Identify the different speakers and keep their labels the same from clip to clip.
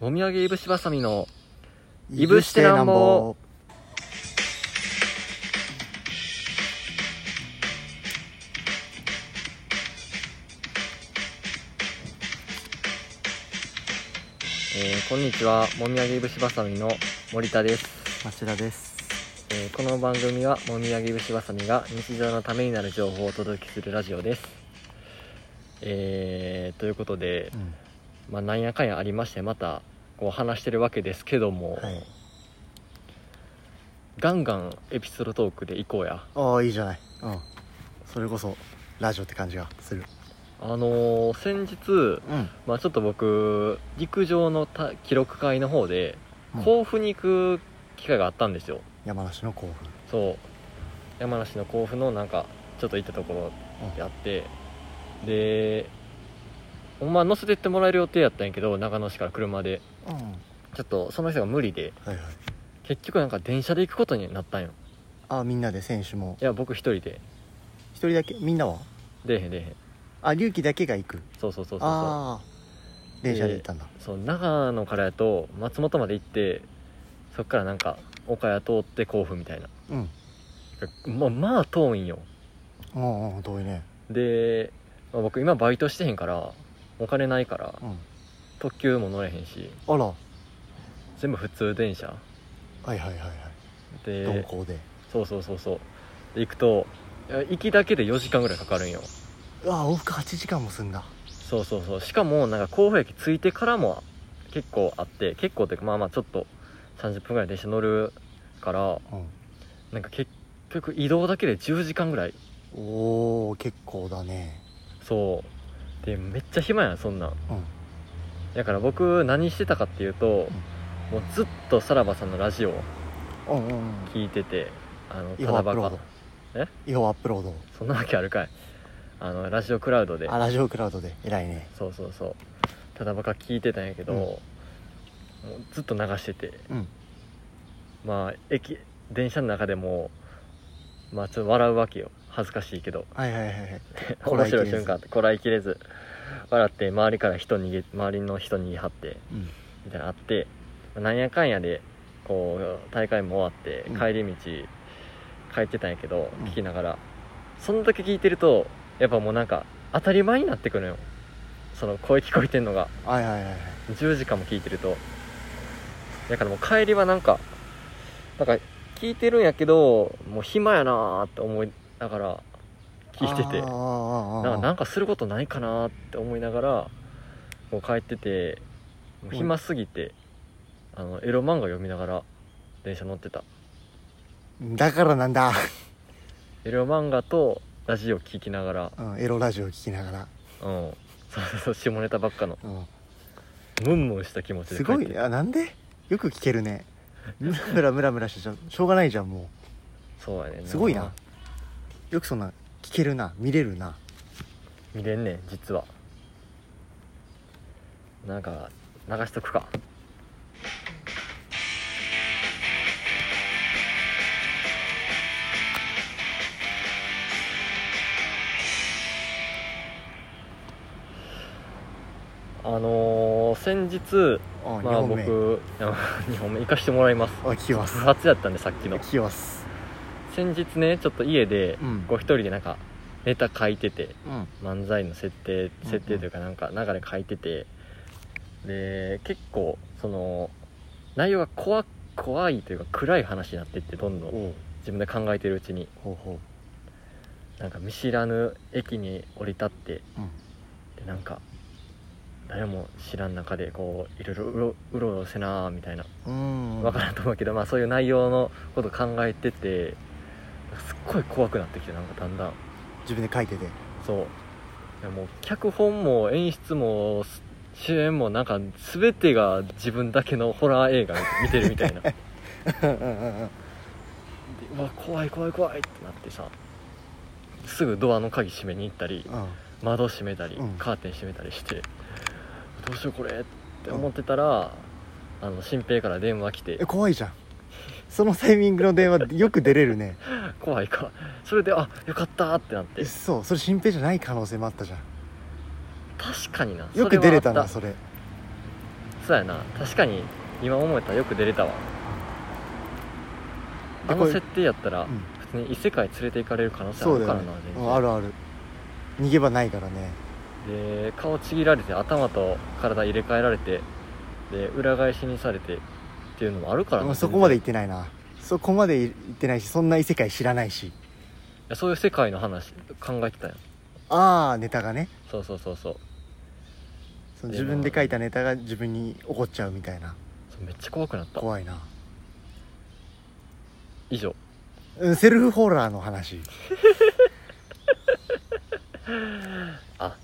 Speaker 1: もみあげいぶしばさみのいぶしてなんぼえーこんにちはもみあげいぶしばさみの森田です、
Speaker 2: 町田です
Speaker 1: えーこの番組はもみあげいぶしばさみが日常のためになる情報をお届けするラジオですえーということで、
Speaker 2: うん
Speaker 1: まあ、なんやかんやありましてまたこう話してるわけですけども、
Speaker 2: はい
Speaker 1: ガンガンエピソードトークで行こうや
Speaker 2: ああいいじゃないうんそれこそラジオって感じがする
Speaker 1: あのー先日、
Speaker 2: うん
Speaker 1: まあ、ちょっと僕陸上のた記録会の方で
Speaker 2: うん
Speaker 1: 甲府に行く機会があったんですよ、
Speaker 2: 山梨の甲府
Speaker 1: そう山梨の甲府のなんかちょっと行ったところやってでほんま乗せてってもらえる予定やったんやけど長野市から車で
Speaker 2: うんはい
Speaker 1: ちょっとその人が無理で
Speaker 2: はい
Speaker 1: 結局なんか電車で行くことになったんよ
Speaker 2: ああみんなで選手も
Speaker 1: いや僕一人で
Speaker 2: 一人だけみんなは
Speaker 1: 出えへん出えへん
Speaker 2: あ隆起だけが行く
Speaker 1: そうそうそうそうそう
Speaker 2: ああ電車で行ったんだ
Speaker 1: そう長野からやと松本まで行ってそっからなんか岡谷通って甲府みたいな
Speaker 2: うん
Speaker 1: まあまあ遠いんよ
Speaker 2: うんうん遠いね
Speaker 1: で、まあ僕今バイトしてへんからお金ないから
Speaker 2: うん
Speaker 1: 特急も乗れへんし
Speaker 2: あらは
Speaker 1: 全部普通電車
Speaker 2: いはいはいはい鈍
Speaker 1: で
Speaker 2: 行で
Speaker 1: そうそうそうそうで行くといや行きだけで4時間ぐらいかかるんよ
Speaker 2: うわあ往復8時間もすんだ
Speaker 1: そうそうそうしかもなんか甲府駅着いてからも結構あって結構っていうかまあまあちょっと30分ぐらい電車乗るから
Speaker 2: うん
Speaker 1: なんか結局移動だけで10時間ぐらい
Speaker 2: おお結構だね
Speaker 1: そうでめっちゃ暇やんそんなん
Speaker 2: うん
Speaker 1: だから僕何してたかっていうと、もうずっとさらばさんのラジオを
Speaker 2: うんうんうん
Speaker 1: 聞いててあの
Speaker 2: 違法アップロ
Speaker 1: バ
Speaker 2: ード
Speaker 1: え
Speaker 2: 違法アップロード
Speaker 1: そんなわけあるかいあのラジオクラウドで
Speaker 2: あラジオクラウドで偉いね
Speaker 1: そうそうそうただバカ聞いてたんやけど、
Speaker 2: うん
Speaker 1: もうずっと流してて
Speaker 2: うん
Speaker 1: まあ駅電車の中でもまあちょっと笑うわけよ恥ずかしいけど
Speaker 2: はいはいはいはい こら
Speaker 1: 面
Speaker 2: えき
Speaker 1: 白
Speaker 2: れ
Speaker 1: い
Speaker 2: ず
Speaker 1: 瞬間あってこらえきれず笑って周りから人逃げ周りの人逃げ張って
Speaker 2: うん
Speaker 1: みたいなのあってなんやかんやでこう大会も終わって
Speaker 2: うん
Speaker 1: 帰り道帰ってたんやけど、
Speaker 2: うん
Speaker 1: 聞きながらそんだけ聞いてるとやっぱもうなんか当たり前になってくるのよその声聞こえてんのが
Speaker 2: はいはいはいはい
Speaker 1: 10時間も聞いてるとだからもう帰りはなんかなんか聞いてるんやけどもう暇やなーって思いながら聞いててな
Speaker 2: あーあーあーあー
Speaker 1: んかなんかすることないかなーって思いながらもう帰っててもう暇すぎて、あのエロ漫画読みながら電車乗ってた
Speaker 2: だからなんだ、
Speaker 1: エロ漫画とラジオ聞きながら
Speaker 2: うん、エロラジオ聞きながら、
Speaker 1: うんそうそうそう下ネタばっかの
Speaker 2: うん、
Speaker 1: ムンムンした気持ちです帰っ
Speaker 2: ご
Speaker 1: て
Speaker 2: いねあなんでよく聞けるね ムラムラムラムラしてちゃうしょうがないじゃんも
Speaker 1: そうやね
Speaker 2: うすごいなよくそんな聞けるな見れるな
Speaker 1: 見れんねん実はなんか流しとくかあのー先日
Speaker 2: あ
Speaker 1: まあ
Speaker 2: 2本目
Speaker 1: 僕2 本目行かしてもらいます
Speaker 2: あ聞きます
Speaker 1: 不発やったんでさっきの
Speaker 2: 聞きます
Speaker 1: 先日ねちょっと家で
Speaker 2: うん
Speaker 1: こう一人でなんかネタ書いてて
Speaker 2: うん
Speaker 1: 漫才の設定
Speaker 2: うん
Speaker 1: 設定というかなんか流れ書いててで結構その内容が怖怖いというか暗い話になってってどんどん
Speaker 2: おう
Speaker 1: 自分で考えてるうちに
Speaker 2: ほうほ
Speaker 1: なんか見知らぬ駅に降り立って
Speaker 2: ううん
Speaker 1: でなんか誰も知らん中でこういろいろうろうろうろせなーみたいな
Speaker 2: うん
Speaker 1: 分からんと思うけど、まあ、そういう内容のこと考えててすっごい怖くなってきてなんかだんだん
Speaker 2: 自分で書いて て
Speaker 1: そういやもう脚本も演出もす主演もなんか全てが自分だけのホラー映画見てるみた いなで
Speaker 2: うんうんうんうん
Speaker 1: うわ怖い怖い怖いってなってさすぐドアの鍵閉めに行ったり窓閉めたり、
Speaker 2: うん
Speaker 1: カーテン閉めたりしてどうしようこれって思ってたら、あの新平から電話来て
Speaker 2: え怖いじゃんそのタイミングの電話よく出れるね
Speaker 1: 怖いかそれであよかったってなって
Speaker 2: えそうそれ新平じゃない可能性もあったじゃん
Speaker 1: 確かにな
Speaker 2: よく出れた
Speaker 1: そはあ
Speaker 2: な
Speaker 1: った
Speaker 2: それ
Speaker 1: そうやな確かに今思えたらよく出れたわ
Speaker 2: で
Speaker 1: あ
Speaker 2: こ
Speaker 1: の
Speaker 2: れ
Speaker 1: 設定やったら
Speaker 2: うん
Speaker 1: 普通に異世界連れて行かれる可能性あ
Speaker 2: そう
Speaker 1: る
Speaker 2: だ
Speaker 1: か
Speaker 2: よ
Speaker 1: ら
Speaker 2: ね
Speaker 1: な全
Speaker 2: うんあるある逃げ場ないからね
Speaker 1: 然で顔ちぎられて頭と体入れ替えられてで裏返しにされてっていうのもあるから
Speaker 2: う
Speaker 1: なん
Speaker 2: そこまで
Speaker 1: 全
Speaker 2: 行ってないなそこまで行ってないしそんな異世界知らないし
Speaker 1: 然いやそういう世界の話考えてたやん
Speaker 2: ああネタがね
Speaker 1: そうそうそうそう
Speaker 2: その
Speaker 1: で
Speaker 2: 自分で書いたネタが自分に起こっちゃうみたいな
Speaker 1: そうめっちゃ怖くなった
Speaker 2: 怖いな、
Speaker 1: 以上
Speaker 2: うん、セルフホラーの話
Speaker 1: あ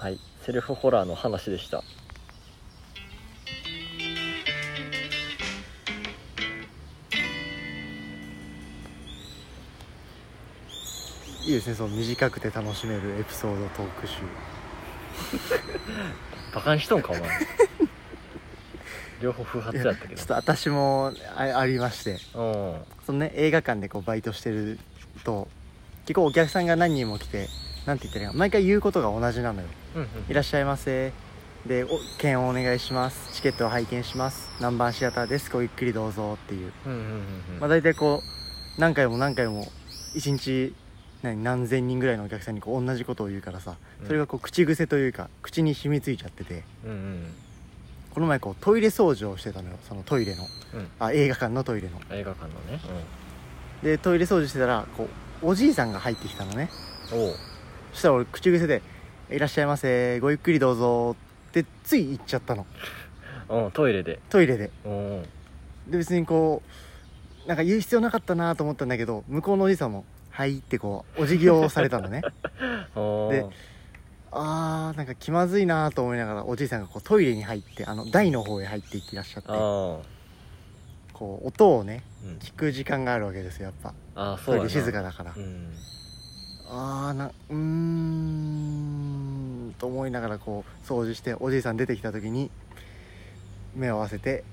Speaker 1: はいセルフホラーの話でした
Speaker 2: いいですねその短くて楽しめるエピソードトーク集
Speaker 1: バカにしとん かお前両方不発やったけ
Speaker 2: ちょ
Speaker 1: ど
Speaker 2: っと私もあありまして
Speaker 1: うん
Speaker 2: そのね映画館でこうバイトしてると結構お客さんが何人も来てなんて言ったらいいの毎回言うことが同じなのよ
Speaker 1: うんうん
Speaker 2: いらっしゃいませでお券をお願いしますチケットを拝見します南蛮シアターですごゆっくりどうぞっていう、
Speaker 1: うんうんうんう
Speaker 2: まあ、
Speaker 1: ん
Speaker 2: 大体こう何回も何回も一日何何千人ぐらいのお客さんにこう同じことを言うからさそれがこう口癖というか口に染みついちゃってて
Speaker 1: うんうん
Speaker 2: この前こうトイレ掃除をしてたのよそのトイレの、
Speaker 1: うん
Speaker 2: あ映画館のトイレの
Speaker 1: 映画館のね
Speaker 2: でトイレ掃除してたらこうおじいさんが入ってきたのね
Speaker 1: うんおう
Speaker 2: そしたら俺口癖で「いらっしゃいませごゆっくりどうぞ」ってつい言っちゃったの
Speaker 1: うん、トイレで。
Speaker 2: トイレで
Speaker 1: うん。
Speaker 2: で別にこうなんか言う必要なかったなと思ったんだけど向こうのおじいさんも「はい」ってこうお辞儀をされ たのねで
Speaker 1: で、
Speaker 2: あーなんか気まずいなと思いながらおじいさんがこうトイレに入ってあの台の方へ入っていってらっしゃって
Speaker 1: ああ、
Speaker 2: こう音をね
Speaker 1: うん。
Speaker 2: 聞く時間があるわけですよやっぱ
Speaker 1: ああ、
Speaker 2: ト
Speaker 1: そう
Speaker 2: イ
Speaker 1: や
Speaker 2: レ
Speaker 1: な。
Speaker 2: 静かだから
Speaker 1: うん。
Speaker 2: あーなうーんと思いながらこう掃除しておじいさん出てきた時に目を合わせて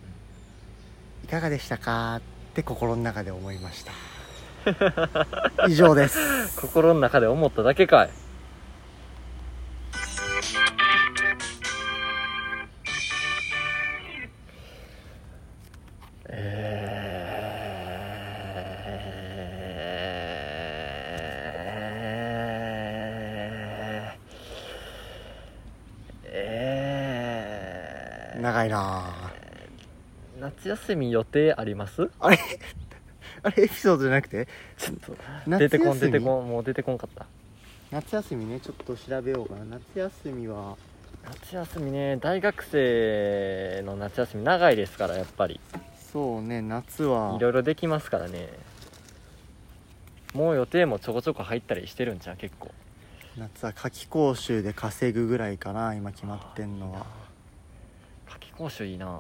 Speaker 2: 「いかがでしたか?」って心の中で思いました以上です
Speaker 1: 心の中で思っただけかい。えーえー
Speaker 2: 長いな
Speaker 1: 夏休み予定あります
Speaker 2: ああれあれエピソードじゃなくて
Speaker 1: ちょっと
Speaker 2: 夏
Speaker 1: 出てこん
Speaker 2: 休
Speaker 1: 出
Speaker 2: み
Speaker 1: てこんもう出てこんかった
Speaker 2: 夏休みねちょっと調べようかな夏休みは
Speaker 1: 夏休みね大学生の夏休み長いですからやっぱり
Speaker 2: そうね夏はい
Speaker 1: ろいろできますからねもう予定もちょこちょこ入ったりしてるんじゃう結構
Speaker 2: 夏は夏期講習で稼ぐぐらいかな今決まってんのは
Speaker 1: 夏期講習いいな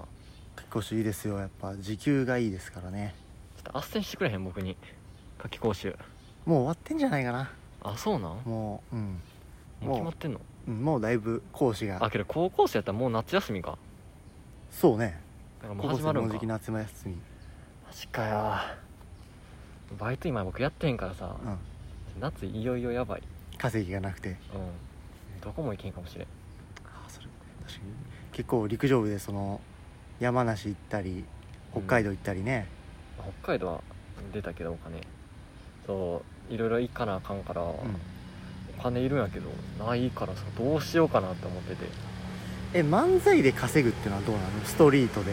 Speaker 2: 夏期講習いいですよやっぱ時給がいいですからね
Speaker 1: ちょっと斡旋してくれへん僕に夏期講習
Speaker 2: もう終わってんじゃないかな
Speaker 1: あそうなん
Speaker 2: もううん
Speaker 1: もう
Speaker 2: もう
Speaker 1: 決まってんの
Speaker 2: うんもうだいぶ講師
Speaker 1: あ
Speaker 2: が
Speaker 1: けど高校生やったらもう夏休みか
Speaker 2: そうね
Speaker 1: なんかも
Speaker 2: 高
Speaker 1: う
Speaker 2: 校
Speaker 1: 始
Speaker 2: 生
Speaker 1: まる
Speaker 2: の
Speaker 1: んか
Speaker 2: 時期夏休み
Speaker 1: マジかよバイト今僕やってへんからさ、
Speaker 2: うん
Speaker 1: 夏いよいよやばい
Speaker 2: 稼ぎがなくて
Speaker 1: うんどこも行けんかもしれん
Speaker 2: あそれ確かに結構陸上部でその山梨行ったり北海道行ったりね、
Speaker 1: 北海道は出たけどお金そういろいろ行かなあかんから、
Speaker 2: うん
Speaker 1: お金いるんやけどないからさどうしようかなって思ってて
Speaker 2: え漫才で稼ぐっていうのはどうなのストリートで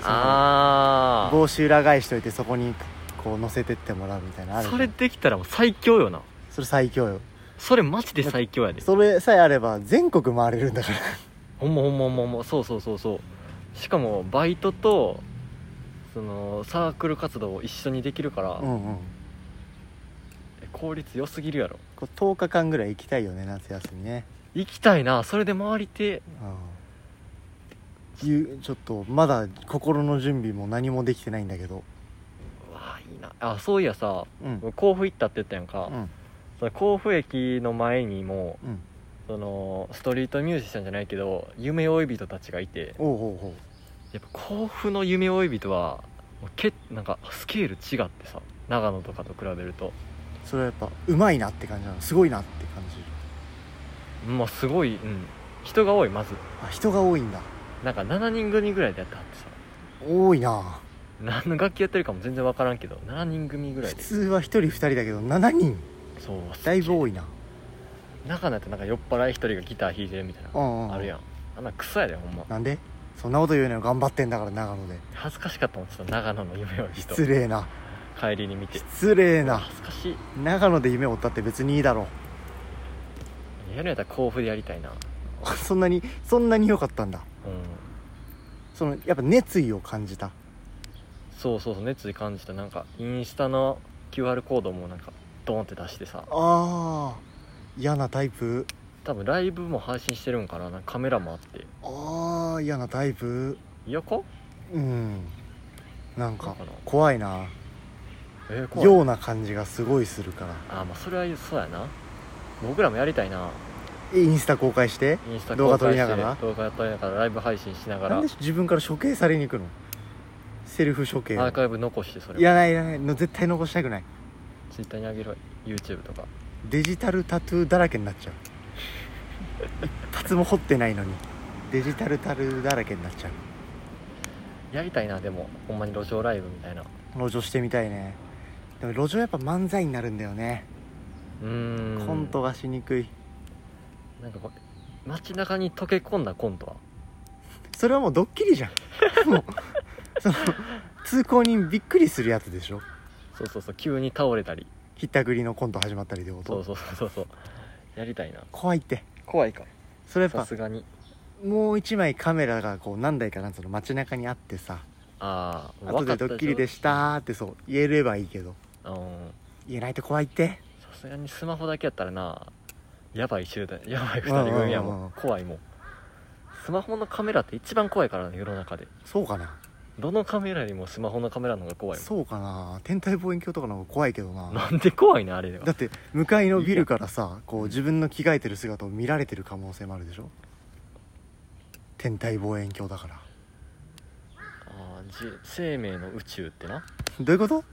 Speaker 2: その
Speaker 1: あ
Speaker 2: 帽子裏返しといてそこにこう乗せてってもらうみたいなのあるじゃ
Speaker 1: そ
Speaker 2: ん
Speaker 1: れできたらもう最強よな
Speaker 2: それ最強よ
Speaker 1: それマジで最強やで
Speaker 2: それさえあれば全国回れるんだから
Speaker 1: ほんまほんまほんまほんまそうそうそうそうしかもバイトとそのサークル活動を一緒にできるから、
Speaker 2: うんうん
Speaker 1: 効率良すぎるやろ
Speaker 2: こう10日間ぐらい行きたいよね夏休みね
Speaker 1: 行きたいなそれで回りて
Speaker 2: うんいうちょっとまだ心の準備も何もできてないんだけど
Speaker 1: うわあいいなあそういやさ
Speaker 2: うん
Speaker 1: 甲府行ったって言ったやんか、
Speaker 2: うん
Speaker 1: その甲府駅の前にも
Speaker 2: うん
Speaker 1: そのストリートミュージシャンじゃないけど夢追い人たちがいて
Speaker 2: おうおうおう
Speaker 1: やっぱ甲府の夢追い人はもうけなんかスケール違ってさ長野とかと比べると
Speaker 2: それはやっぱうまいなって感じなのすごいなって感じる
Speaker 1: まあすごい、うん、人が多いまず
Speaker 2: あ人が多いんだ
Speaker 1: なんか7人組ぐらいでやったはってさ
Speaker 2: 多いな
Speaker 1: 何の楽器やってるかも全然分からんけど7人組ぐらい
Speaker 2: 普
Speaker 1: で
Speaker 2: 通は1人2人だけど7人
Speaker 1: そう
Speaker 2: だいぶ
Speaker 1: い
Speaker 2: 多いな
Speaker 1: 中なんてなんか酔っ払い一人がギター弾いてるみたいな
Speaker 2: うんうん
Speaker 1: あるやんあんなクソやでほんま
Speaker 2: なんでそんなこと言うのよ頑張ってんだから長野で
Speaker 1: 恥ずかしかったもんちょっと長野の夢を人
Speaker 2: 失礼な
Speaker 1: 帰りに見て
Speaker 2: 失礼な
Speaker 1: 恥ずかしい
Speaker 2: 長野で夢を追ったって別にいいだろ
Speaker 1: やるんやったら甲府でやりたいな
Speaker 2: うそんなにそんなに良かったんだ
Speaker 1: うん
Speaker 2: そのやっぱ熱意を感じた
Speaker 1: そうそうそう熱意感じたなんかインスタの QR コードもなんかドーンって出してさ
Speaker 2: あー嫌なタイプ
Speaker 1: 多分ライブも配信してるんかななんかカメラもあって
Speaker 2: あー嫌なタイプ
Speaker 1: 横
Speaker 2: うんなんか
Speaker 1: そうかな
Speaker 2: 怖いな
Speaker 1: えー、怖い
Speaker 2: ような感じがすごいするから
Speaker 1: あーまあそれはそうやな僕らもやりたいな
Speaker 2: えインスタ公開して
Speaker 1: インスタ
Speaker 2: 動画
Speaker 1: 公
Speaker 2: 撮
Speaker 1: 開し
Speaker 2: りな
Speaker 1: て
Speaker 2: がら
Speaker 1: 動画撮りながらライブ配信しなが
Speaker 2: な
Speaker 1: ら
Speaker 2: んで自分から処刑されに行くのセルフ処刑
Speaker 1: アーカイブ残してそれを
Speaker 2: いらないいらないの絶対残したくない
Speaker 1: ツイッターにあげるわ YouTube とか
Speaker 2: デジタルタトゥーだらけになっちゃう一発も彫ってないのにデジタルタトゥーだらけになっちゃう
Speaker 1: やりたいなでもほんまに路上ライブみたいな
Speaker 2: 路上してみたいねでも路上やっぱ漫才になるんだよね、
Speaker 1: うーん
Speaker 2: コントがしにくい
Speaker 1: なんかこう街中に溶け込んだコントは
Speaker 2: それはもうドッキリじゃ んもうその通行人びっくりするやつでしょ
Speaker 1: そうそうそう急に倒れたり
Speaker 2: ひったくりのコント始まったりってこと
Speaker 1: そうそうそうそうそうやりたいな
Speaker 2: 怖いって
Speaker 1: 怖いか
Speaker 2: それやっ
Speaker 1: さ
Speaker 2: ぱ
Speaker 1: すがに
Speaker 2: もう一枚カメラがこう何台かなんその街中にあってさ
Speaker 1: ああ
Speaker 2: 後でドッキリでしたーってそう言えればいいけど
Speaker 1: うん
Speaker 2: 言えないと怖いって
Speaker 1: さすがにスマホだけやったらなやばい集団やばい2人組やも
Speaker 2: うんうんうんうん
Speaker 1: ん怖いもんスマホのカメラって一番怖いからね世の中で
Speaker 2: そうかな
Speaker 1: どのカメラよりもスマホのカメラの方が怖いも
Speaker 2: そうかな天体望遠鏡とかの方が怖いけど
Speaker 1: ん
Speaker 2: な
Speaker 1: なんで怖いなあれで
Speaker 2: だ
Speaker 1: は
Speaker 2: って向かいのビルからさこう自分の着替えてる姿を見られてる可能性もあるでしょ天体望遠鏡だから
Speaker 1: あーじ生命の宇宙ってな
Speaker 2: どういうこと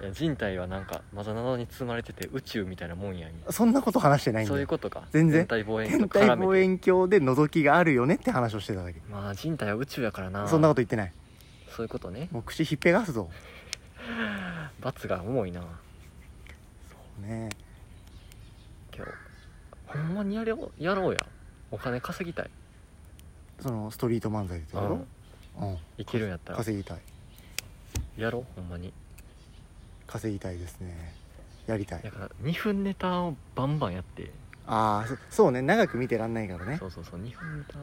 Speaker 1: いや人体はなんかまだ謎に包まれてて宇宙みたいなもんや今
Speaker 2: そんなこと話してないん
Speaker 1: そう
Speaker 2: だ
Speaker 1: いう
Speaker 2: よ
Speaker 1: ことか
Speaker 2: 全然
Speaker 1: 天体望遠鏡
Speaker 2: 天
Speaker 1: と
Speaker 2: 体
Speaker 1: 絡
Speaker 2: 望
Speaker 1: めて
Speaker 2: 遠鏡で覗きがあるよねって話をしてただけ
Speaker 1: まあ人体は宇宙やからな
Speaker 2: そんなこと言ってない
Speaker 1: そういうことね
Speaker 2: もう口ひっぺがすぞ
Speaker 1: 罰が重いな
Speaker 2: ねえ
Speaker 1: 今日ほんまにやれよやろうやお金稼ぎたい
Speaker 2: そのストリート漫才ってこ
Speaker 1: うん
Speaker 2: とうん
Speaker 1: いけるんやったら
Speaker 2: 稼ぎたい
Speaker 1: やろうほんまに
Speaker 2: 稼ぎたいですねやりた
Speaker 1: だ
Speaker 2: い
Speaker 1: から2分ネタをバンバンやって
Speaker 2: ああそそうね長く見てらんないからね
Speaker 1: そうそうそう2分ネタ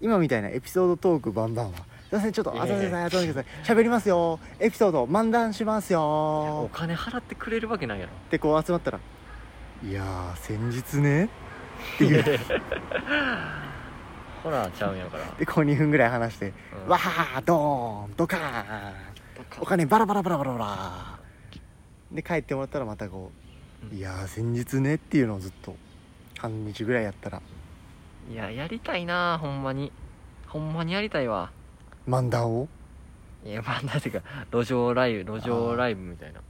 Speaker 2: 今みたいなエピソードトークバンバンはすいませんちょっと
Speaker 1: い
Speaker 2: あ
Speaker 1: や
Speaker 2: す
Speaker 1: い
Speaker 2: い
Speaker 1: や
Speaker 2: ま
Speaker 1: い
Speaker 2: せん
Speaker 1: や
Speaker 2: あすいません喋りますよエピソード漫談します
Speaker 1: お
Speaker 2: よ
Speaker 1: 金払ってくれるわけないやろ
Speaker 2: ってこう集まったら「いやー先日ね」っていう
Speaker 1: ホラーちゃうんやから、
Speaker 2: でこう2分ぐらい話して
Speaker 1: う
Speaker 2: 「
Speaker 1: ん
Speaker 2: わードーンドカーンお金バラバラバラバラバラ」で帰ってもらったらまたこう「
Speaker 1: うん
Speaker 2: いやー先日ね」っていうのをずっと半日ぐらいやったら
Speaker 1: いややりたいなほんまにほんまにやりたいわ
Speaker 2: 漫談を
Speaker 1: いやまあなんていうか路上ライブ路上ライブみたいな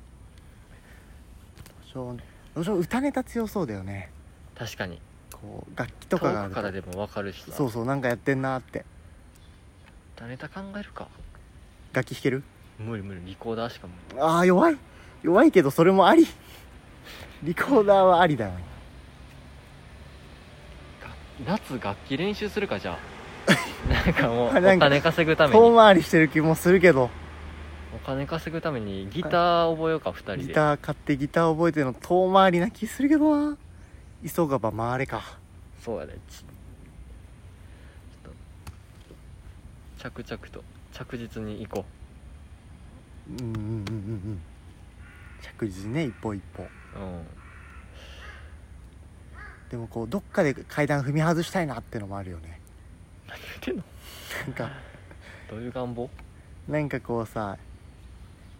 Speaker 2: 路上路上歌ネタ強そうだよね
Speaker 1: 確かに
Speaker 2: こう楽器と
Speaker 1: 遠
Speaker 2: かがあ
Speaker 1: く
Speaker 2: る
Speaker 1: から
Speaker 2: と
Speaker 1: でもわかるしさ
Speaker 2: そうそうなんかやってんなーって
Speaker 1: 歌ネタ考えるか
Speaker 2: 楽器弾ける
Speaker 1: 無理無理リコーダーしか無理
Speaker 2: ああ弱い弱いけどそれもありリコーダーはありだよ
Speaker 1: 夏楽器練習するかじゃ あなんかもうお
Speaker 2: あなんか
Speaker 1: 金稼ぐために
Speaker 2: 遠
Speaker 1: お
Speaker 2: 回りしてる気もするけど
Speaker 1: 金稼ぐためにギター覚えようか2人で
Speaker 2: ギター買ってギター覚えてるの遠回りな気するけどな急がば回れか
Speaker 1: そうやねちちょっと着々と着実に行こ
Speaker 2: うんうんうんうんうん着実にね一歩一歩
Speaker 1: ううん
Speaker 2: でもこうどっかで階段踏み外したいなってのもあるよね
Speaker 1: 何言ってんの
Speaker 2: なんか
Speaker 1: どういう願望
Speaker 2: なんかこうさ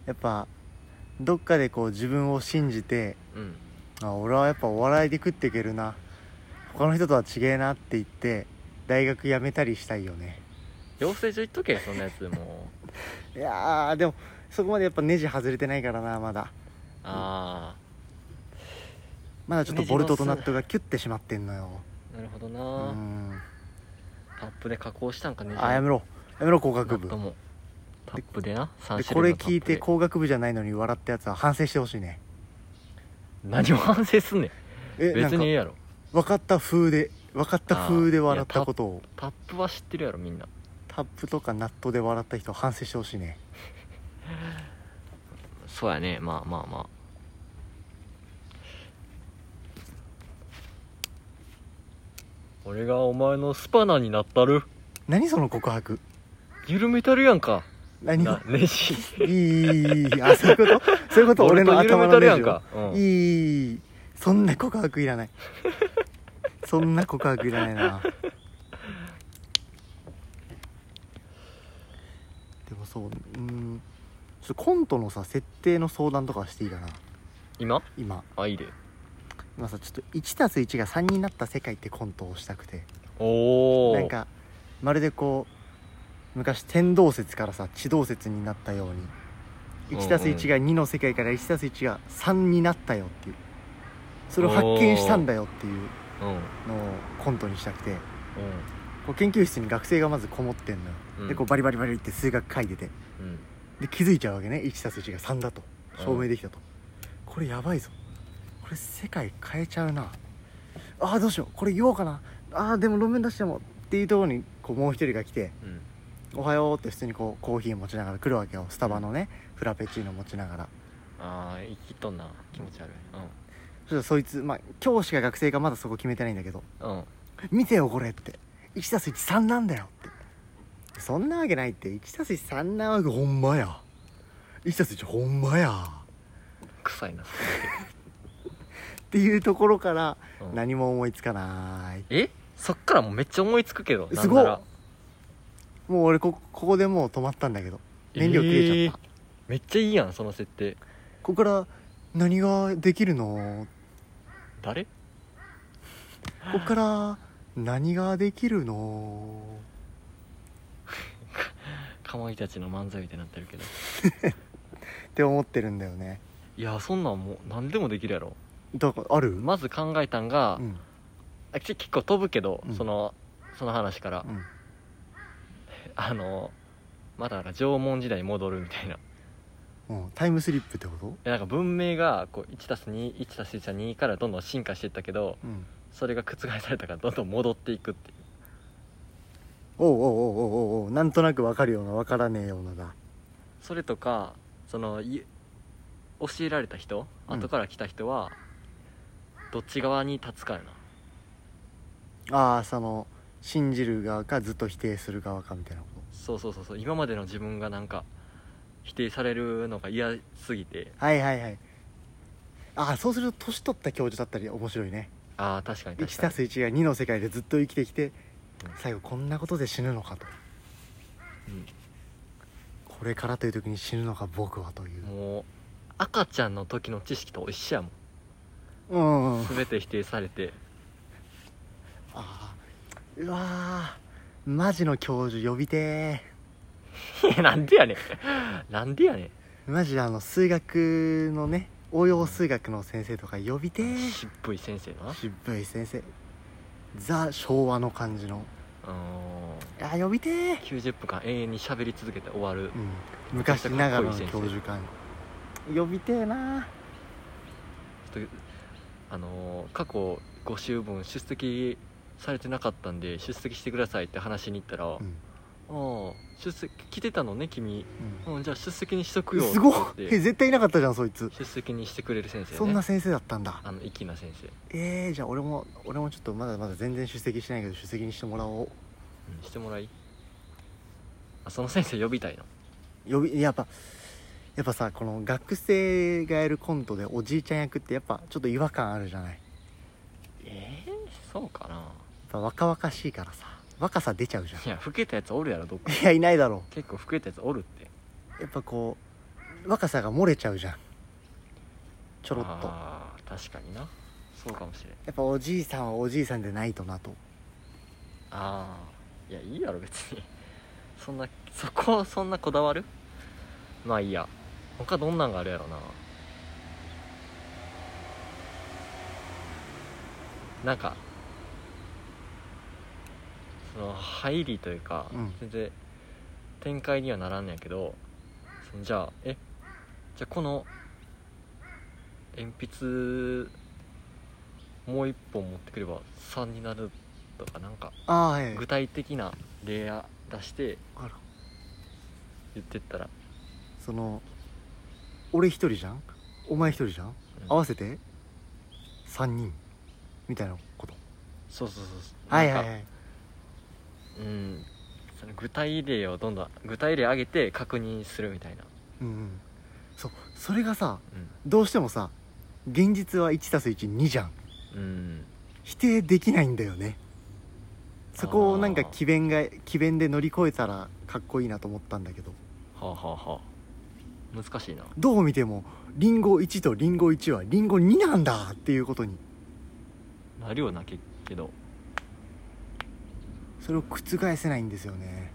Speaker 2: やっぱどっかでこう自分を信じて
Speaker 1: うん
Speaker 2: あ俺はやっぱお笑いで食っていけるな他の人とは違えなって言って大学辞めたりしたいよね
Speaker 1: 養成所行っとけそんなや つもう
Speaker 2: いやーでもそこまでやっぱネジ外れてないからなまだ
Speaker 1: あ
Speaker 2: まだちょっと
Speaker 1: ネジの
Speaker 2: ボルトとナットがキュッてしまってんのよ
Speaker 1: あなるほど
Speaker 2: う
Speaker 1: な、
Speaker 2: ん
Speaker 1: タップで加工したんかね
Speaker 2: あやめろやめろ工学部
Speaker 1: なんかもうタップでな3種
Speaker 2: で
Speaker 1: 類
Speaker 2: これ聞いて
Speaker 1: こ
Speaker 2: 工学部じゃないのに笑ったやつは反省してほしいね
Speaker 1: 何を反省すんねん
Speaker 2: えなん
Speaker 1: 別
Speaker 2: か
Speaker 1: にええやろ
Speaker 2: 分かった風で分かった風で笑ったことを
Speaker 1: タップは知ってるやろみんな
Speaker 2: タップとかナットで笑った人は反省してほしいね
Speaker 1: そうやねまあまあまあ俺がお前のスパナになったる
Speaker 2: 何その告白
Speaker 1: 緩めたるやんか
Speaker 2: 何を
Speaker 1: なネジ
Speaker 2: いいいいいいあそういうことそういうこと俺の
Speaker 1: 俺と緩め
Speaker 2: 頭の
Speaker 1: たる
Speaker 2: ネ
Speaker 1: や
Speaker 2: ジ
Speaker 1: ん
Speaker 2: を
Speaker 1: か、うん
Speaker 2: いいいいそんな告白 いらないそんな告白いらないなでもそううんちょっとコントのさ設定の相談とかしていいかな
Speaker 1: 今
Speaker 2: 今
Speaker 1: あいいで
Speaker 2: 今さちょっと 1+1 が3になった世界ってコントをしたくて
Speaker 1: おお
Speaker 2: なんかまるでこう昔天動説からさ地動説になったように
Speaker 1: うんうん
Speaker 2: 1+1 が2の世界から 1+1 が3になったよっていうそれを発見したんだよっていう
Speaker 1: うんうん
Speaker 2: のをコントにしたくてこう研究室に学生がまずこもってんのよ、
Speaker 1: うん
Speaker 2: でこうバリバリバリって数学書いてて
Speaker 1: うん
Speaker 2: で気づいちゃうわけね 1+1 が3だと
Speaker 1: うん
Speaker 2: 証明できたと、これやばいぞこれ世界変えちゃうなああどうしようこれ言おうかなああでも論文出してもっていうところにこうもう一人が来て
Speaker 1: うん
Speaker 2: 「おはよう」って普通にこうコーヒー持ちながら来るわけよスタバのねフラペチーノ持ちながら
Speaker 1: ああ生きとんな気持ち悪い
Speaker 2: そしたらそいつまあ教師か学生かまだそこ決めてないんだけど
Speaker 1: うんうん
Speaker 2: 「見てよこれ」って「1+13 なんだよ」ってそんなわけないって 1+3 なわけほんまや 1+1 ほんまや
Speaker 1: 臭いな、
Speaker 2: っていうところから
Speaker 1: うん
Speaker 2: 何も思いつかない
Speaker 1: えそっからもうめっちゃ思いつくけど
Speaker 2: すご
Speaker 1: ないんなら
Speaker 2: もう俺こここでもう止まったんだけど燃料切れちゃっ
Speaker 1: え
Speaker 2: た、
Speaker 1: ーめっちゃいいやんその設定
Speaker 2: ここから何ができるの
Speaker 1: 誰
Speaker 2: ここから何ができるの
Speaker 1: かまいたちの漫才みたいになってるけど
Speaker 2: って思ってるんだよね
Speaker 1: いやそんなんもう何でもできるやろ
Speaker 2: だからある、
Speaker 1: まず考えたんが、
Speaker 2: うん
Speaker 1: あち結構飛ぶけど、
Speaker 2: うん
Speaker 1: そのその話から、
Speaker 2: うん、
Speaker 1: あのまだなんか縄文時代に戻るみたいな
Speaker 2: うん、タイムスリップってこと
Speaker 1: でなんか文明がこう 1+21+1 は2からどんどん進化していったけど
Speaker 2: うん
Speaker 1: それが覆されたからどんどん戻っていくっていう
Speaker 2: おうおうおうおうおうおうなんとなくわかるようなわからねえようなだ
Speaker 1: それとかそのい教えられた人
Speaker 2: うん
Speaker 1: 後から来た人は、どっち側に立つかやな
Speaker 2: ああその信じる側かずっと否定する側かみたいなこ
Speaker 1: そうそうそうそう今までの自分がなんか否定されるのが嫌すぎて
Speaker 2: とはいはいはいああそうすると年取った教授だったり面白いね
Speaker 1: ああ確かに確かに
Speaker 2: 1+1 が2の世界でずっと生きてきて
Speaker 1: うん、
Speaker 2: 最後こんなことで死ぬのかとこれからという時に死ぬのか僕はといううん
Speaker 1: もう赤ちゃんの時の知識と一緒やもん
Speaker 2: うんうん
Speaker 1: 全て否定され て
Speaker 2: あーうわーマジの教授呼びて
Speaker 1: いやなんでやねん なんでやね
Speaker 2: ーマジあの数学のね応用数学の先生とか呼びて
Speaker 1: ん
Speaker 2: ー
Speaker 1: 渋い先生なう
Speaker 2: 渋い先生ザ昭和の感じの
Speaker 1: ーん
Speaker 2: あー呼びてー、
Speaker 1: 90分間永遠に喋り続けて終わる
Speaker 2: うん、昔ながらの教授感呼びてーな
Speaker 1: ちょっとあのー過去5週分出席されてなかったんで出席してくださいって話しに行ったら「あ
Speaker 2: ー、うん
Speaker 1: あ出席来てたのね君、
Speaker 2: う
Speaker 1: うん、じゃあ出席にしとく
Speaker 2: ん
Speaker 1: よ」
Speaker 2: すごっ
Speaker 1: って言
Speaker 2: え
Speaker 1: って
Speaker 2: 絶対いなかったじゃんそいつ
Speaker 1: 出席にしてくれる先生ね
Speaker 2: そんな先生だったんだ
Speaker 1: あの粋な先生、
Speaker 2: えー、じゃあ俺も俺もちょっとまだまだ全然出席しないけど出席にしてもらおう
Speaker 1: うんしてもらいあその先生呼びたいの
Speaker 2: 呼びやっぱやっぱさこの学生がやるコントでおじいちゃん役ってやっぱちょっと違和感あるじゃないや
Speaker 1: ええそうかな
Speaker 2: っぱ若々しいからさ若さ出ちゃうじゃん
Speaker 1: いや老けたやつおるやろどっか
Speaker 2: いやいないだろ
Speaker 1: 結構老けたやつおるって
Speaker 2: うやっぱこう若さが漏れちゃうじゃんちょろっとや
Speaker 1: あー確かになそうかもしれん
Speaker 2: っぱおじいさんはおじいさんでないとなと
Speaker 1: ああいやいいやろ別にそんなそこそんなこだわるまあいいや他どんなんがあるやろななんかその入りというか、
Speaker 2: うん
Speaker 1: 全然展開にはならんねやけどそのじゃあえじゃあこの鉛筆もう一本持ってくれば3になるとかなんか
Speaker 2: ああはい
Speaker 1: 具体的なレイヤー出して
Speaker 2: あら
Speaker 1: 言ってったら、
Speaker 2: その俺一人じゃんお前一人じゃん
Speaker 1: うん
Speaker 2: 合わせて3人みたいなこと
Speaker 1: そうそうそうそう
Speaker 2: はいはい
Speaker 1: なん
Speaker 2: は
Speaker 1: か
Speaker 2: い
Speaker 1: うんその具体例をどんどん具体例上げて確認するみたいな、
Speaker 2: うんうんそうそれがさ
Speaker 1: うん
Speaker 2: どうしてもさ現実は 1+12 じゃん
Speaker 1: うん
Speaker 2: 否定できないんだよねそこをなんか
Speaker 1: あー
Speaker 2: 詭弁が詭弁で乗り越えたらかっこいいなと思ったんだけど
Speaker 1: はあはあはあ難しいな
Speaker 2: どう見てもリンゴ1とリンゴ1はリンゴ2なんだっていうことに
Speaker 1: なるよなけけど
Speaker 2: それを覆せないんですよね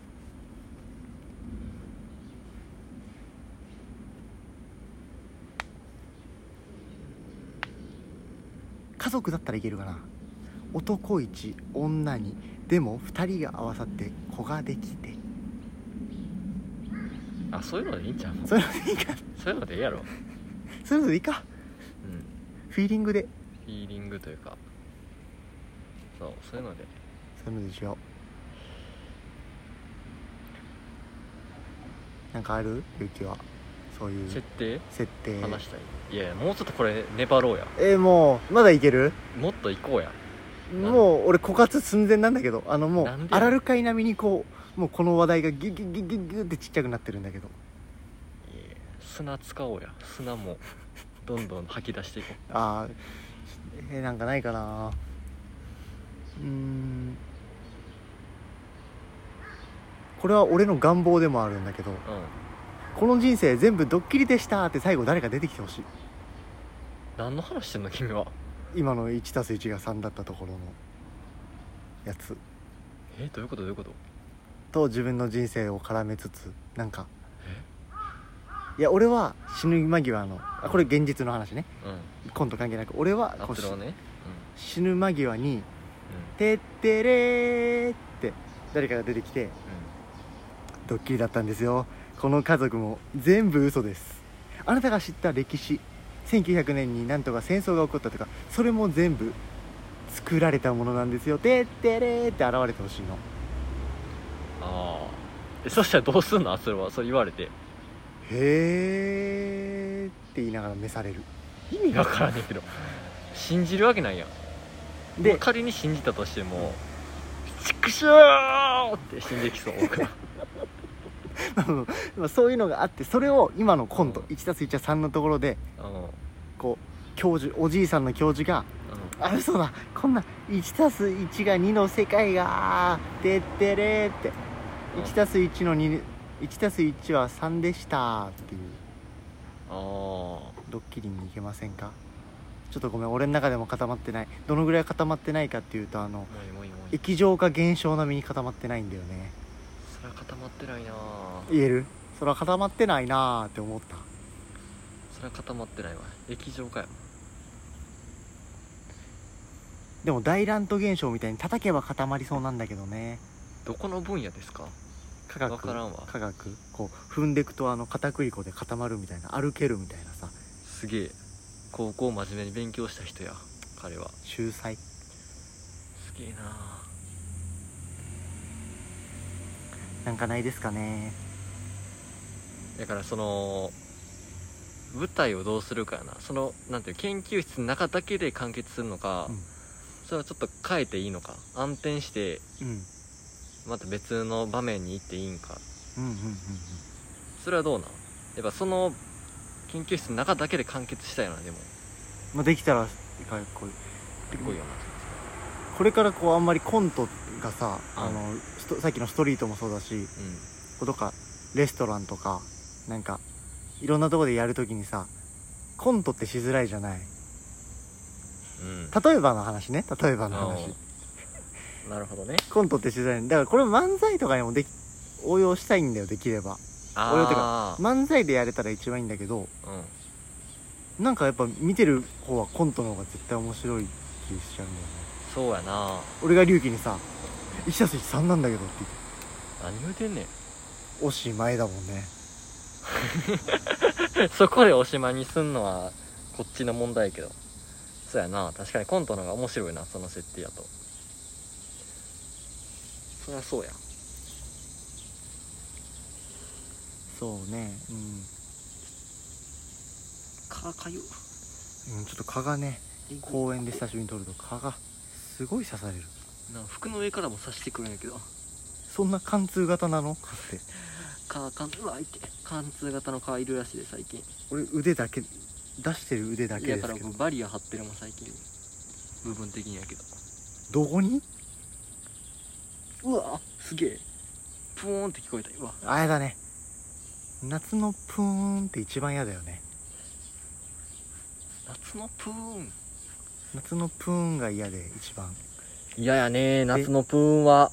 Speaker 2: 家族だったらいけるかな男1女2でも2人が合わさって子ができて
Speaker 1: あそういうのでいいんちゃう
Speaker 2: それでいいか
Speaker 1: そういうのでいいやろ、
Speaker 2: それでいいか
Speaker 1: うん、
Speaker 2: フィーリングで
Speaker 1: フィーリングというかそうそういうので
Speaker 2: そういうのでしようなんかあるゆうきはそういう
Speaker 1: 設定
Speaker 2: 設定
Speaker 1: 話したい、いやいやもうちょっとこれ粘ろうや
Speaker 2: えーもうまだいける
Speaker 1: もっと行こうやなん
Speaker 2: もう俺枯渇寸前なんだけどあのも
Speaker 1: なん
Speaker 2: う
Speaker 1: で
Speaker 2: アラルカイ並みにこうもうこの話題がギュギュギュギュギュってちっちゃくなってるんだけど
Speaker 1: いや砂使おうや砂もどんどん吐き出していこ
Speaker 2: あーえーなんかないかなうーんこれは俺の願望でもあるんだけど
Speaker 1: ううん
Speaker 2: この人生全部ドッキリでしたって最後誰か出てきてほしい
Speaker 1: 何の話してんの君は
Speaker 2: 今の 1+1 が3だったところのやつ
Speaker 1: えどういうことどういうこと
Speaker 2: と自分の人生を絡めつつなんかいや俺は死ぬ間際のあこれ現実の話ね
Speaker 1: うん
Speaker 2: コント関係なく俺はこう
Speaker 1: 達
Speaker 2: し
Speaker 1: 郎ね
Speaker 2: 死ぬ間際に
Speaker 1: うん
Speaker 2: 「てってれー」って誰かが出てきて「ドッキリだったんですよこの家族も全部嘘ですあなたが知った歴史1900年になんとか戦争が起こったとかそれも全部作られたものなんですよ「てってれー」って現れてほしいの
Speaker 1: うんああえそしたらどうすんのそれはそれ言われて
Speaker 2: へーって言いながら召される
Speaker 1: 意味が分からねえけど信じるわけないやんで
Speaker 2: で
Speaker 1: 仮に信じたとしても「畜生!」って死んできそう僕は
Speaker 2: あのまあそういうのがあってそれを今のコント
Speaker 1: うん
Speaker 2: 1+1 は3のところで
Speaker 1: あの
Speaker 2: こう教授おじいさんの教授が
Speaker 1: あの
Speaker 2: 「あ嘘だこんな 1+1 が2の世界がてってれ」って
Speaker 1: うん
Speaker 2: 1+1 の2 1+1 は3でしたっていう
Speaker 1: あ
Speaker 2: ドッキリにいけませんかちょっとごめん俺の中でも固まってないどのぐらい固まってないかっていうとあの
Speaker 1: あもういいもういいもういい
Speaker 2: 液状化現象並みに固まってないんだよね
Speaker 1: それは固まってないなぁ
Speaker 2: 言えるそれは固まってないなーって思った
Speaker 1: それは固まってないわ液状かよ
Speaker 2: でも大乱闘現象みたいに叩けば固まりそうなんだけどね
Speaker 1: どこの分野ですか
Speaker 2: 科
Speaker 1: わ
Speaker 2: 学
Speaker 1: からんわ
Speaker 2: 科学こう踏んでくとあの片栗粉で固まるみたいな歩けるみたいなさ
Speaker 1: すげえ高校真面目に勉強した人や彼は
Speaker 2: 秀才
Speaker 1: すげえなぁ
Speaker 2: なんかないですかね
Speaker 1: だからその舞台をどうするかやなそのなんていう研究室の中だけで完結するのか、
Speaker 2: うん
Speaker 1: それはちょっと変えていいのか暗転して
Speaker 2: うんうん
Speaker 1: また別の場面に行っていいんか
Speaker 2: うんうんうん
Speaker 1: それはどうなんやっぱその研究室の中だけで完結したいなでも
Speaker 2: まあできたらかっこいい
Speaker 1: 結構いいよ
Speaker 2: これからこうあんまりコントがさ
Speaker 1: うん
Speaker 2: あのストさっきのストリートもそうだし
Speaker 1: なうん
Speaker 2: こうどっかレストランとかなんかいろんなとこでやるときにさコントってしづらいじゃない
Speaker 1: うん
Speaker 2: 例えばの話ね例えばの話
Speaker 1: うん なるほどね
Speaker 2: コントってしづらいだからこれ漫才とかにもでき応用したいんだよできれば俺て
Speaker 1: ああ
Speaker 2: 漫才でやれたら一番いいんだけど
Speaker 1: うん
Speaker 2: なんかやっぱ見てる方はコントの方が絶対面白い気しちゃうんだよね
Speaker 1: そうやな
Speaker 2: 俺が龍騎にさ1たす1 3なんだけどって言って
Speaker 1: 何言うてんね
Speaker 2: おしまいだもんね
Speaker 1: ん そこでおしまいにすんのはこっちの問題やけどそうやな確かにコントの方が面白いなその設定やとそりゃそうや
Speaker 2: そうねうん
Speaker 1: かかゆ
Speaker 2: うんちょっと蚊がね公園で久しぶりに撮ると蚊がすごい刺される
Speaker 1: な服の上からも刺してくるんやけど
Speaker 2: そんな貫通型なの蚊って
Speaker 1: か貫通うわいて貫通型の蚊いるらしいで最近
Speaker 2: 俺腕だけ出してる腕だけ
Speaker 1: だ
Speaker 2: で
Speaker 1: か
Speaker 2: す
Speaker 1: ら
Speaker 2: けど
Speaker 1: 僕バリア張ってるもん最近部分的にやけど
Speaker 2: どこに
Speaker 1: うわすげえプーンって聞こえたうわ
Speaker 2: あれだね夏のプーンって一番嫌だよね
Speaker 1: 夏のプーン
Speaker 2: 夏のプーンが嫌で一番
Speaker 1: 嫌やね夏のプーンは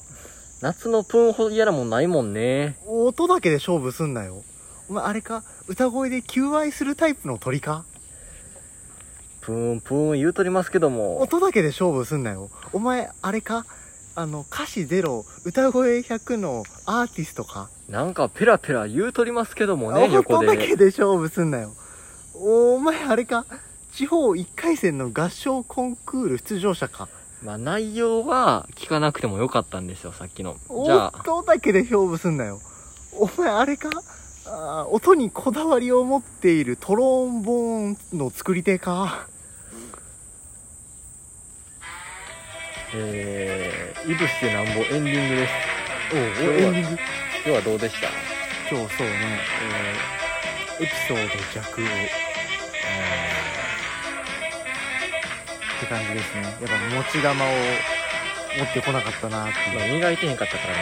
Speaker 1: 夏のプーンほど嫌なもんないもんね
Speaker 2: 音だけで勝負すんなよお前あれか歌声で求愛するタイプの鳥か
Speaker 1: プーンプーン言うとりますけども
Speaker 2: 音だけで勝負すんなよお前あれかあの歌詞ゼロ歌声100のアーティストか
Speaker 1: なんかペラペラ言うとりますけどもね横
Speaker 2: 音だ
Speaker 1: で
Speaker 2: けで勝負すんなよお前あれか地方1回戦の合唱コンクール出場者か
Speaker 1: まあ内容は聞かなくてもよかったんですよさっきのじゃあ
Speaker 2: 音だけで勝負すんなよお前あれかあー音にこだわりを持っているトロンボーンの作り手か
Speaker 1: えー、いぶしてなんぼエンディングです
Speaker 2: おうお
Speaker 1: そう
Speaker 2: うエンディング
Speaker 1: 今日はどうでした
Speaker 2: 今日そうね、えーエピソード弱をって感じですねやっぱ持ち玉を持ってこなかったなっていう
Speaker 1: まあ、磨いてへんかったからね、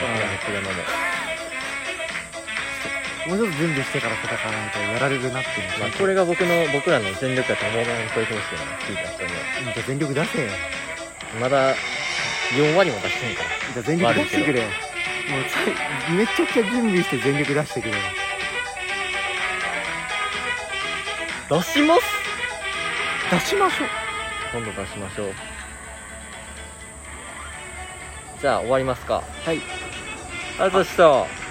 Speaker 2: う
Speaker 1: 車も。
Speaker 2: もうちょっと準備してから戦わないとやられるなっていう
Speaker 1: ま
Speaker 2: のは
Speaker 1: あ、これが僕の、僕らの全力やと思うのに超えてますけどね、聞いた人には。
Speaker 2: じゃあ全力出せよ
Speaker 1: まだ、4割も出してへんから。
Speaker 2: じゃあ全力出してくれよもうさめちゃくちゃ準備して全力出してくれよ
Speaker 1: 出します
Speaker 2: 出しましょう
Speaker 1: 今度出しましょう。じゃあ、終わりますか。はい。ありがとうございました。